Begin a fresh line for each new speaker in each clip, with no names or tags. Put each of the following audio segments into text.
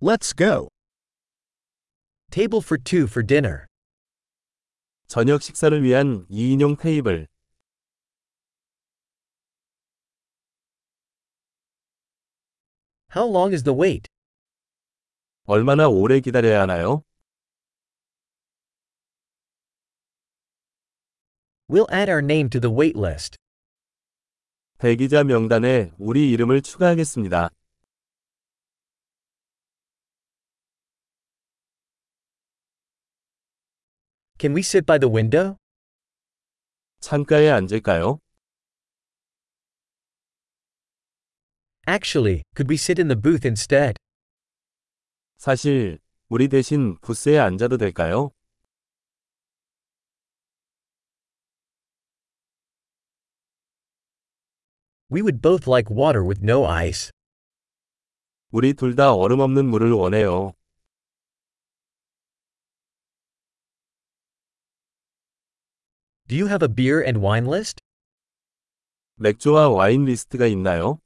Let's go. Table for two for dinner.
저녁 식사를 위한 2인용 테이블.
How long is the wait?
얼마나 오래 기다려야 하나요?
We'll add our name to the wait list.
대기자 명단에 우리 이름을 추가하겠습니다.
Can we sit by the window?
창가에 앉을까요?
Actually, could we sit in the booth instead?
사실, 우리 대신 부스에 앉아도 될까요?
We would both like water with no ice.
우리 둘 다 얼음 없는 물을 원해요.
Do you have a beer and wine list?
맥주와 와인 리스트가 있나요?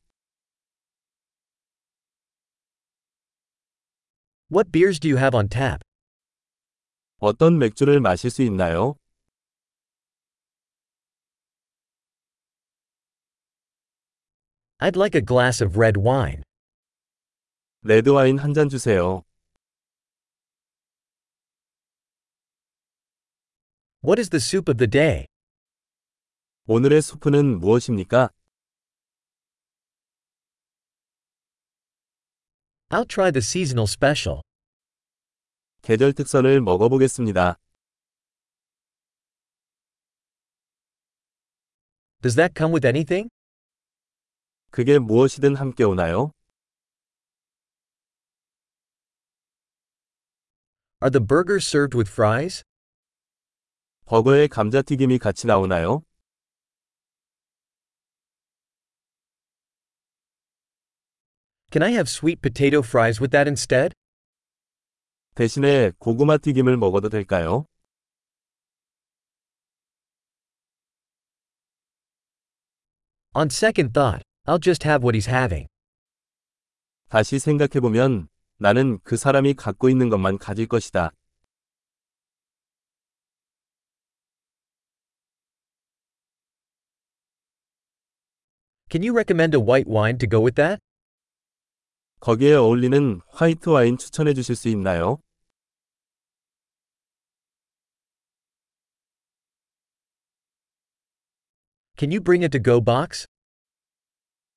What beers do you have on tap?
어떤 맥주를 마실 수 있나요?
I'd like a glass of red wine.
레드 와인 한 잔 주세요.
What is the soup of the day?
오늘의 수프는 무엇입니까?
I'll try the seasonal special.
계절 특선을 먹어보겠습니다.
Does that come with anything?
그게 무엇이든 함께 오나요?
Are the burgers served with fries?
버거에 감자튀김이 같이 나오나요?
Can I have sweet potato fries with that instead?
대신에 고구마 튀김을 먹어도 될까요?
On second thought, I'll just have what he's having.
다시 생각해보면 나는 그 사람이 갖고 있는 것만 가질 것이다.
Can you recommend a white wine to go with that?
거기에 어울리는 화이트 와인 추천해 주실 수 있나요?
Can you bring a to go box?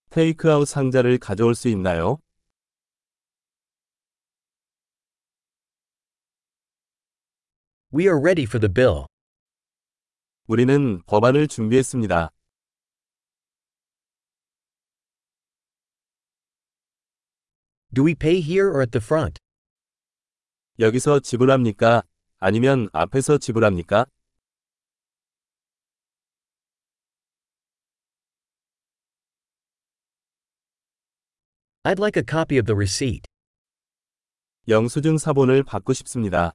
테이크아웃 상자를 가져올 수 있나요?
We are ready for the bill.
우리는 법안을 준비했습니다.
Do we pay here or at the front?
여기서 지불합니까? 아니면 앞에서 지불합니까?
I'd like a copy of the receipt.
영수증 사본을 받고 싶습니다.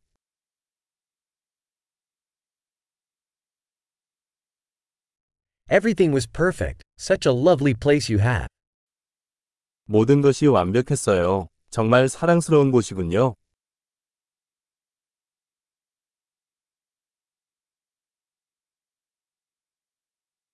Everything was perfect. Such a lovely place you have.
모든 것이 완벽했어요. 정말 사랑스러운 곳이군요.